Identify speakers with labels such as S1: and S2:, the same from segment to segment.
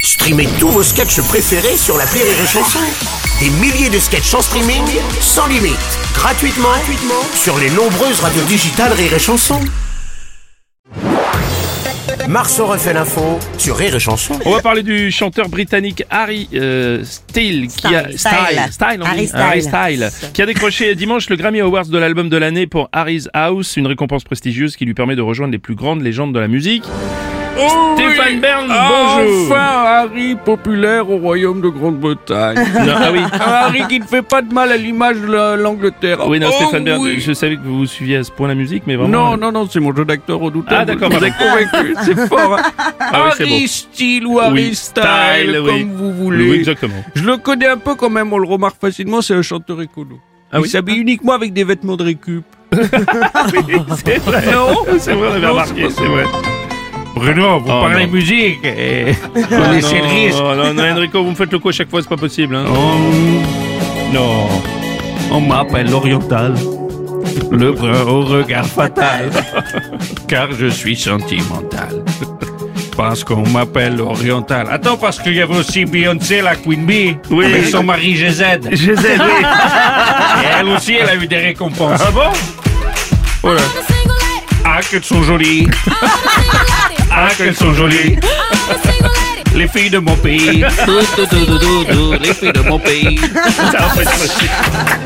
S1: Streamez tous vos sketchs préférés sur la Rire et Chanson. Des milliers de sketchs en streaming, sans limite, gratuitement, gratuitement sur les nombreuses radios digitales Rire et Chanson. Marceau refait l'info sur Rire et Chanson.
S2: On va parler du chanteur britannique Harry euh, Steele, qui a,
S3: Style.
S2: Style, on dit.
S3: Harry Style.
S2: Style, qui a décroché dimanche le Grammy Awards de l'album de l'année pour Harry's House, une récompense prestigieuse qui lui permet de rejoindre les plus grandes légendes de la musique. Stéphane Bern, bonjour.
S4: Enfin, Harry populaire au royaume de Grande-Bretagne.
S2: Non, ah oui.
S4: Un Harry qui ne fait pas de mal à l'image de la- l'Angleterre.
S2: Oui, non,
S4: Oh
S2: Stéphane Bern,
S4: oui.
S2: je savais que vous suiviez à ce point la musique, mais vraiment. euh,
S4: Non, non, non, c'est mon jeu d'acteur redoutable.
S2: Ah, d'accord,
S4: Vous êtes convaincu, c'est fort. hein.
S2: Ah oui, c'est
S4: Harry
S2: beau.
S4: Style ou Harry
S2: Oui,
S4: Style,
S2: style,
S4: comme
S2: oui.
S4: vous voulez.
S2: Oui, exactement.
S4: Je le connais un peu quand même, on le remarque facilement, c'est un chanteur écolo.
S2: Ah
S4: Il
S2: oui
S4: s'habille uniquement avec des vêtements de récup.
S2: C'est vrai.
S4: Non
S2: C'est vrai, on avait
S4: Non,
S2: remarqué, c'est vrai.
S5: Bruno, vous
S2: Oh,
S5: parlez
S2: non.
S5: musique et vous
S2: Ah
S5: laissez
S2: non,
S5: le risque.
S2: Non, non, Enrico, vous me faites le coup à chaque fois, c'est pas possible. hein.
S5: On- Non, on m'appelle l'oriental, le brun au regard fatal, car je suis sentimental. Parce qu'on m'appelle l'oriental. Attends, parce qu'il y avait aussi Beyoncé, la Queen Bee,
S2: Oui.
S5: avec son mari GZ.
S2: Je les ai, oui.
S5: Et elle aussi, elle a eu des récompenses.
S2: Ah bon
S5: Ah, qu'elles sont jolies. Ah, qu'elles sont jolies. Les filles de mon pays. les filles de mon pays.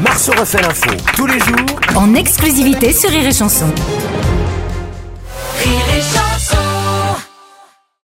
S1: Marceau refait l'info tous les jours
S6: en exclusivité sur Rire et Chanson.